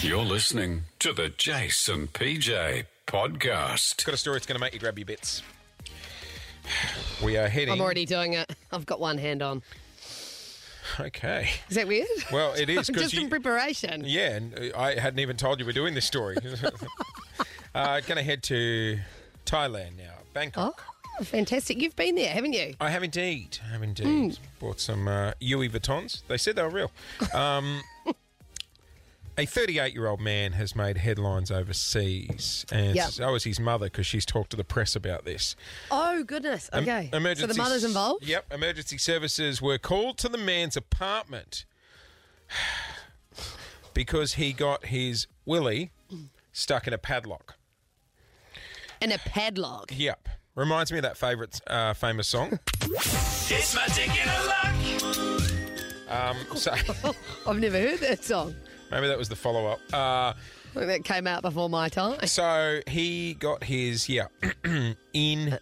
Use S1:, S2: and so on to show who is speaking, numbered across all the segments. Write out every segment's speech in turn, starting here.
S1: You're listening to the Jason PJ podcast.
S2: Got a story that's going to make you grab your bits. We are heading.
S3: I'm already doing it. I've got one hand on.
S2: Okay.
S3: Is that weird?
S2: Well, it is because
S3: Just
S2: you.
S3: in preparation.
S2: yeah, and uh, I hadn't even told you we're doing this story. uh, going to head to Thailand now, Bangkok.
S3: Oh, fantastic. You've been there, haven't you?
S2: I have indeed. I have indeed.
S3: Mm.
S2: Bought some uh, Yui Vuittons. They said they were real. Um, a 38 year old man has made headlines overseas, and
S3: Yep.
S2: so is his mother because she's talked to the press about this.
S3: Oh, goodness.
S2: Em-
S3: Okay. so the
S2: emergency
S3: mother's
S2: s-
S3: involved?
S2: Yep. Emergency services were called to the man's apartment because he got his willy stuck in a padlock.
S3: And a padlock.
S2: Yep. Reminds me of that favourite uh, famous song.
S4: It's my dick in a lock.
S2: Um, so
S3: I've never heard that song.
S2: maybe that was the follow up. Uh,
S3: I think That came out before my time.
S2: so he got his yeah in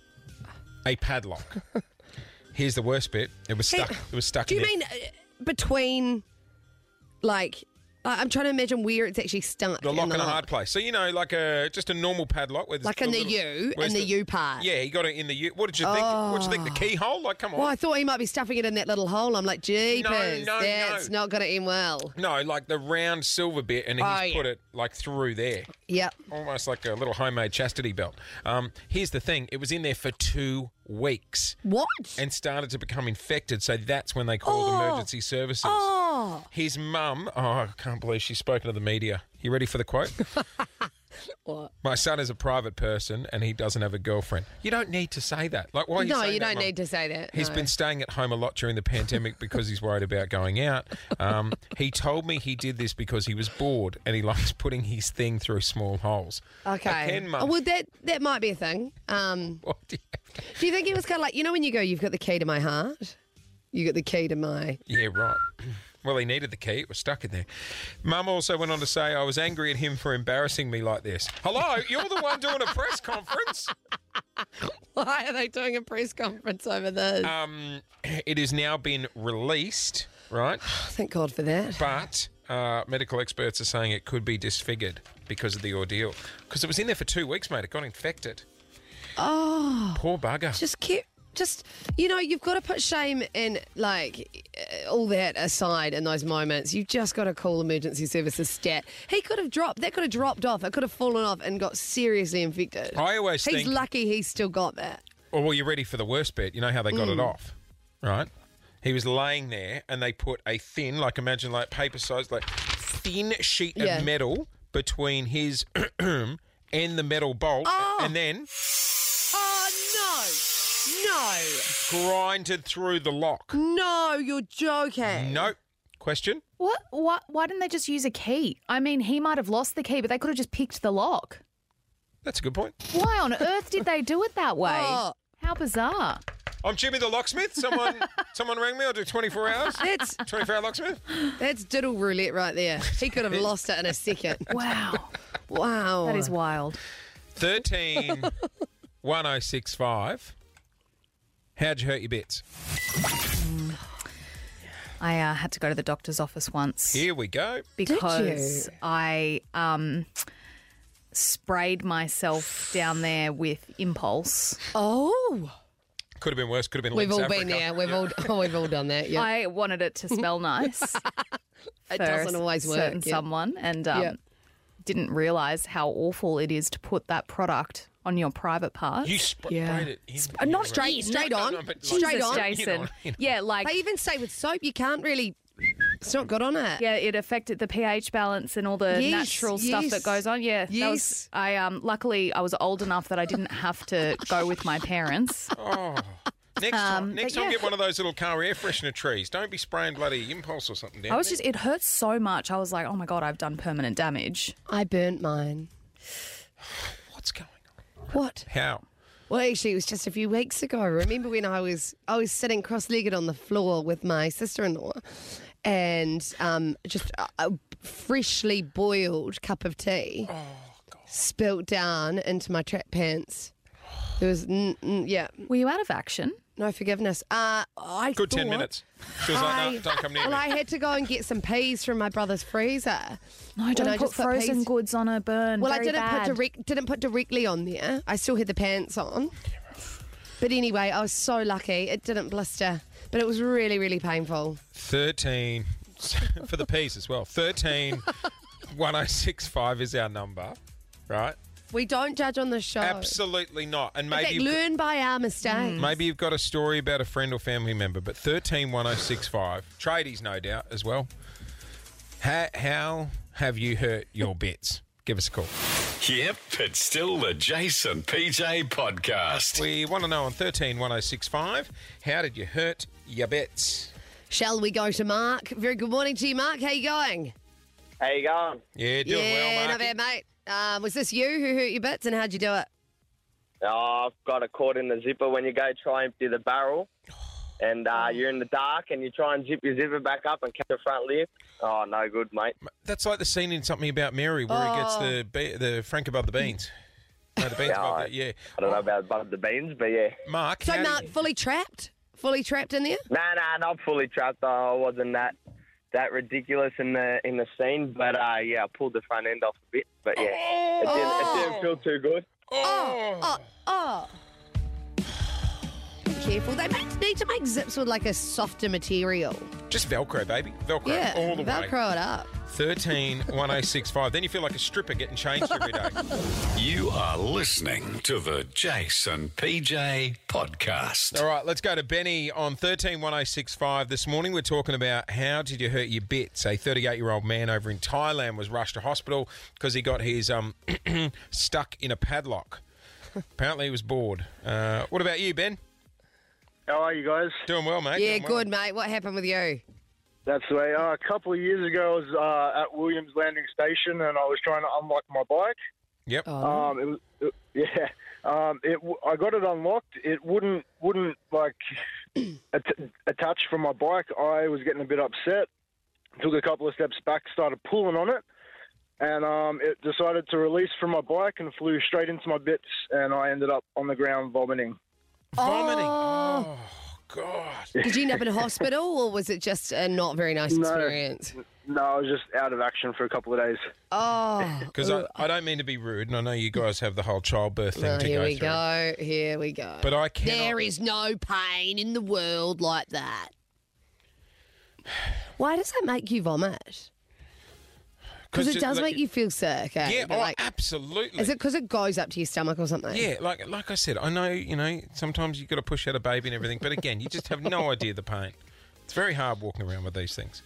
S2: a padlock. Here's the worst bit. It was stuck. It was stuck.
S3: Do you
S2: in there.
S3: mean uh, between, like, I- I'm trying to imagine where it's actually stuck.
S2: the
S3: in
S2: lock and a
S3: lock.
S2: hard place? So you know, like a just a normal padlock, with
S3: Like in the U, in the U part. Oh.
S2: Yeah, he got it in the U. What did you think? What did you think? The keyhole? Like, come on.
S3: Well, I thought he might be stuffing it in that little hole. I'm like, jeepers,
S2: no, no.
S3: that's not going to end well.
S2: No, like the round silver bit, and he's
S3: Oh, yeah.
S2: put it like through there,
S3: Yep.
S2: almost like a little homemade chastity belt. Um, here's the thing: it was in there for two weeks
S3: What?
S2: and started to become infected. So that's when they called
S3: Oh.
S2: emergency services.
S3: oh.
S2: His mum, oh, I can't believe she's spoken to the media. You ready for the quote?
S3: What?
S2: My son is a private person and he doesn't have a girlfriend. You don't need to say that. Like, why? Are you
S3: No,
S2: saying
S3: you
S2: that,
S3: don't
S2: Mum?
S3: need to say that.
S2: He's
S3: no.
S2: been staying at home a lot during the pandemic because he's worried about going out. Um, he told me he did this because he was bored and he likes putting his thing through small holes.
S3: Okay.
S2: Again, Mum.
S3: Oh, well, that that might be a thing. Um,
S2: What do you-
S3: do you think it was kind of like you know when you go, you've got the key to my heart, you got the key to my.
S2: Yeah, right. Well, he needed the key. It was stuck in there. Mum also went on to say, I was angry at him for embarrassing me like this. Hello, you're the one doing a press conference.
S3: Why are they doing a press conference over this?
S2: Um, it has now been released, right?
S3: Oh, Thank God for that.
S2: But uh, medical experts are saying it could be disfigured because of the ordeal. Because it was in there for two weeks, mate. It got infected.
S3: Oh,
S2: Poor bugger.
S3: just keep. Just you know, you've got to put shame and like uh, all that aside in those moments. You've just got to call emergency services stat. He could have dropped. That could have dropped off. It could have fallen off and got seriously infected.
S2: I always
S3: He's
S2: think.
S3: lucky he's still got that.
S2: oh, well, you're ready for the worst bit. You know how they got it
S3: Mm.
S2: off, right? He was laying there, and they put a thin, like imagine like paper size, like thin sheet
S3: Yeah.
S2: of metal between his and the metal bolt,
S3: Oh.
S2: and then
S3: Oh no, no.
S2: grinded through the lock.
S3: Mm. No, you're joking.
S2: Nope. Question.
S5: What? What? Why didn't they just use a key? I mean, he might have lost the key, but they could have just picked the lock.
S2: That's a good point.
S5: Why on earth did they do it that way?
S3: Oh.
S5: How bizarre!
S2: I'm Jimmy the locksmith. Someone, someone rang me. I'll do 24 hours.
S3: That's
S2: 24 hour locksmith.
S3: that's diddle roulette right there. He could have lost it in a second.
S5: Wow,
S3: Wow.
S5: that is wild.
S2: 13 1065. How'd you hurt your bits?
S5: I uh, had to go to the doctor's office once
S2: Here we go.
S5: because I um, sprayed myself down there with impulse.
S3: Oh.
S2: Could have been worse. Could have been.
S3: We've
S2: Lynx
S3: all
S2: Africa.
S3: been there. We've all oh, we've all done that. Yeah.
S5: I wanted it to smell nice.
S3: It
S5: for
S3: doesn't always work.
S5: Certain
S3: yeah.
S5: someone and um,
S3: Yeah.
S5: didn't realize how awful it is to put that product on your private parts.
S2: You sp-
S3: Yeah.
S2: sprayed it. In
S5: Uh, not straight-
S3: straight on.
S2: but
S5: Jesus,
S3: straight on.
S5: Jason.
S2: You know, you know.
S5: Yeah, like
S3: They even say with soap you can't really it's not good on it.
S5: yeah, it affected the pH balance and all the
S3: Yes,
S5: natural stuff
S3: yes,
S5: that goes on. Yeah, that
S3: yes.
S5: was, I um, luckily I was old enough that I didn't have to go with my parents.
S2: Oh. Next time, next
S5: but
S2: time,
S5: yeah.
S2: get one of those little car air freshener trees. Don't be spraying bloody impulse or something down.
S5: I was
S2: there.
S5: just it hurts so much. I was like, oh my god, I've done permanent damage.
S3: I burnt mine.
S2: What's going on?
S3: What?
S2: How?
S3: Well, actually, it was just a few weeks ago. Remember when I was I was sitting cross-legged on the floor with my sister-in-law, and um, just a, a freshly boiled cup of tea
S2: Oh,
S3: spilt down into my track pants. There was, n- n- yeah,
S5: Were you out of action?
S3: No forgiveness. Uh, I
S2: Good ten
S3: thought-
S2: minutes. She was like, no, don't come near
S3: well,
S2: me.
S3: I had to go and get some peas from my brother's freezer.
S5: No, don't
S3: I
S5: put
S3: just put
S5: frozen
S3: peas-
S5: goods on a burn.
S3: Well, I
S5: Very
S3: didn't
S5: bad.
S3: put direct, didn't put directly on there. I still had the pants on. But anyway, I was so lucky. It didn't blister, but it was really, really painful.
S2: 13 for the peas as well 13 1065 is our number right
S3: We don't judge on the show.
S2: absolutely not and
S3: In fact,
S2: maybe Mm. you've,
S3: learn by our mistakes.
S2: maybe you've got a story about a friend or family member but 13 1065 tradies no doubt as well how, how have you hurt your bits give us a call
S1: Yep, it's still the Jason PJ podcast.
S2: we want to know on 13 1065 how did you hurt your bits
S3: Shall we go to Mark? Very good morning to you, Mark. How you going?
S6: How you going?
S2: yeah doing
S3: yeah,
S2: well
S3: not
S2: Marky.
S3: bad, mate. Um, was this you who hurt your bits, and how'd you do it?
S6: Oh, I've got a cord in the zipper when you go try and empty the barrel. And uh, you're in the dark and you try and zip your zipper back up and catch the front lip. Oh, no good, mate.
S2: That's like the scene in something about Mary where he gets
S3: Oh.
S2: the be- the Frank above the beans. No, the beans
S6: Yeah,
S2: above
S6: I-
S2: the, yeah.
S6: I don't know about above the beans, but yeah.
S2: Mark,
S3: So,
S2: how do
S3: Mark,
S2: you-
S3: fully trapped, fully trapped in there.
S6: Nah, nah, not fully trapped. I wasn't that that ridiculous in the in the scene, but uh, yeah, I pulled the front end off a bit. But yeah, it, didn't, it didn't feel too good.
S3: Oh, oh. Be careful. They make, need to make zips with like a softer material.
S2: just Velcro, baby. Velcro
S3: Yeah,
S2: all the way.
S3: Velcro it up.
S2: 13 1065. Then you feel like a stripper getting changed every day.
S1: You are listening to the Jason PJ podcast.
S2: all right, let's go to Benny on 13 1065. This morning we're talking about how did you hurt your bits? A 38 year old man over in Thailand was rushed to hospital because he got his um stuck in a padlock. Apparently he was bored. Uh, what about you, Ben?
S7: How are you guys?
S2: Doing well, mate.
S3: Yeah,
S2: Doing well.
S3: good, mate. What happened with you?
S7: That's the way. Uh, a couple of years ago, I was uh, at Williams Landing Station and I was trying to unlock my bike.
S2: Yep.
S3: Oh.
S7: Um, it was, it- yeah, um, it. w- I got it unlocked. It wouldn't wouldn't like at- attach from my bike. I was getting a bit upset. Took a couple of steps back, started pulling on it, and um, it decided to release from my bike and flew straight into my bits. And I ended up on the ground vomiting.
S2: Vomiting. Oh, God.
S3: Did you end up in hospital, or was it just a not very nice
S7: No.
S3: experience?
S7: No, I was just out of action for a couple of days.
S3: Oh,
S2: Because I, I don't mean to be rude, and I know you guys have the whole childbirth thing
S3: well,
S2: to
S3: here
S2: go
S3: we
S2: through.
S3: go. Here we go.
S2: But I cannot.
S3: There is no pain in the world like that. Why does that make you vomit? Because it
S2: ju-
S3: does
S2: like-
S3: make you feel sick. Eh?
S2: Yeah,
S3: But
S2: oh,
S3: like,
S2: absolutely.
S3: is it because it goes up to your stomach or something?
S2: yeah, like like I said, I know you know sometimes you got to push out a baby and everything, but again, you just have no idea the pain. It's very hard walking around with these things.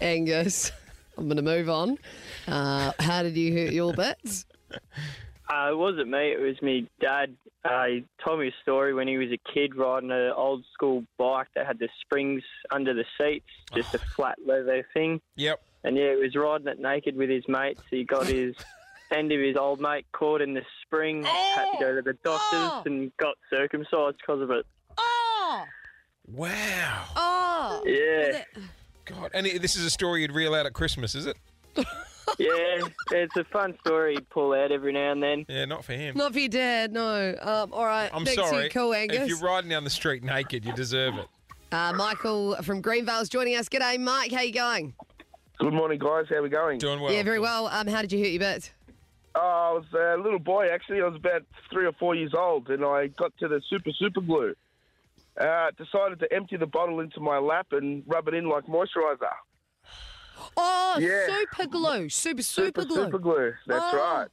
S3: Angus, I'm going to move on. Uh, how did you hurt your bits?
S6: Uh, it wasn't me. It was me dad. Uh, he told me a story when he was a kid riding an old school bike that had the springs under the seats, just a flat leather thing.
S2: Yep.
S6: And yeah, he was riding it naked with his mates. He got his end of his old mate caught in the spring. had to go to the doctors and got circumcised because of it.
S3: Oh,
S2: Wow.
S3: oh.
S6: Yeah,
S2: God. And it- this is a story you'd reel out at Christmas, is it?
S6: yeah. It's a fun story. He'd pull out every now and then.
S2: Yeah, not for him.
S3: Not if you did, no. Um, all right.
S2: I'm
S3: thanks for your
S2: sorry.
S3: call,
S2: if
S3: Angus.
S2: you're riding down the street naked, you deserve it.
S3: uh, Michael from Greenvale's joining us. G'day, Mike. How you going?
S8: Good morning, guys. How we going?
S2: Doing well.
S3: yeah, very well. Um, how did you hurt your bits?
S8: Uh, I was a little boy, actually. I was about three or four years old, and I got to the super, super glue. Uh, decided to empty the bottle into my lap and rub it in like moisturizer.
S3: Oh,
S8: Yeah.
S3: super glue. Super, super, glue.
S8: Super glue. That's
S3: Oh.
S8: right.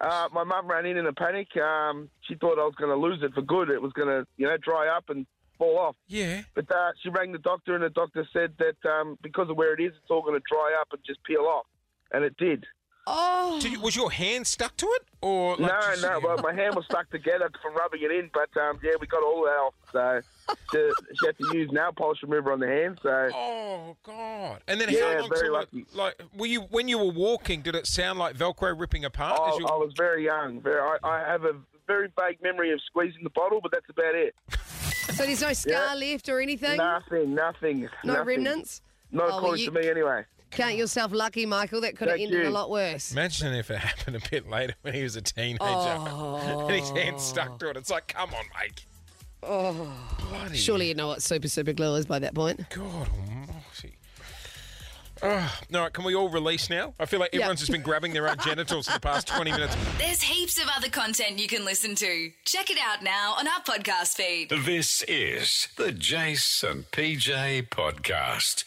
S8: Uh, my mum ran in in a panic. Um, she thought I was going to lose it for good. It was going to, you know, dry up and fall off.
S2: Yeah.
S8: But uh, she rang the doctor, and the doctor said that um, because of where it is, it's all going to dry up and just peel off. And it did.
S3: Oh,
S2: Did you, was your hand stuck to it, or like,
S8: no,
S2: just-
S8: no. Well, my hand was stuck together from rubbing it in, but um, yeah, we got all that off. So the, she had to use nail polish remover on the hand. So
S2: Oh God! And then
S8: Yeah,
S2: how long?
S8: very
S2: till it-
S8: lucky.
S2: like, were you when you were walking? Did it sound like Velcro ripping
S3: Oh,
S2: apart?
S8: I,
S2: as you,
S8: I was very young. Very, I, I have a very vague memory of squeezing the bottle, but that's about it.
S3: so there's no scar left or anything?
S8: Nothing, nothing.
S3: no
S8: nothing.
S3: remnants?
S8: Not
S3: Oh, well,
S8: according
S3: you-
S8: to me, anyway.
S3: Count yourself lucky, Michael. That could have
S8: Thank
S3: ended a
S8: you.
S3: lot worse.
S2: Imagine if it happened a bit later when he was a teenager and his hand stuck to it. It's like, come on, mate. Bloody
S3: Surely you know what super super glue is by that point.
S2: God almighty. Ugh. no, can we all release now? I feel like everyone's just been grabbing their own genitals for the past 20 minutes.
S9: There's heaps of other content you can listen to. Check it out now on our podcast feed.
S1: This is the Jason PJ Podcast.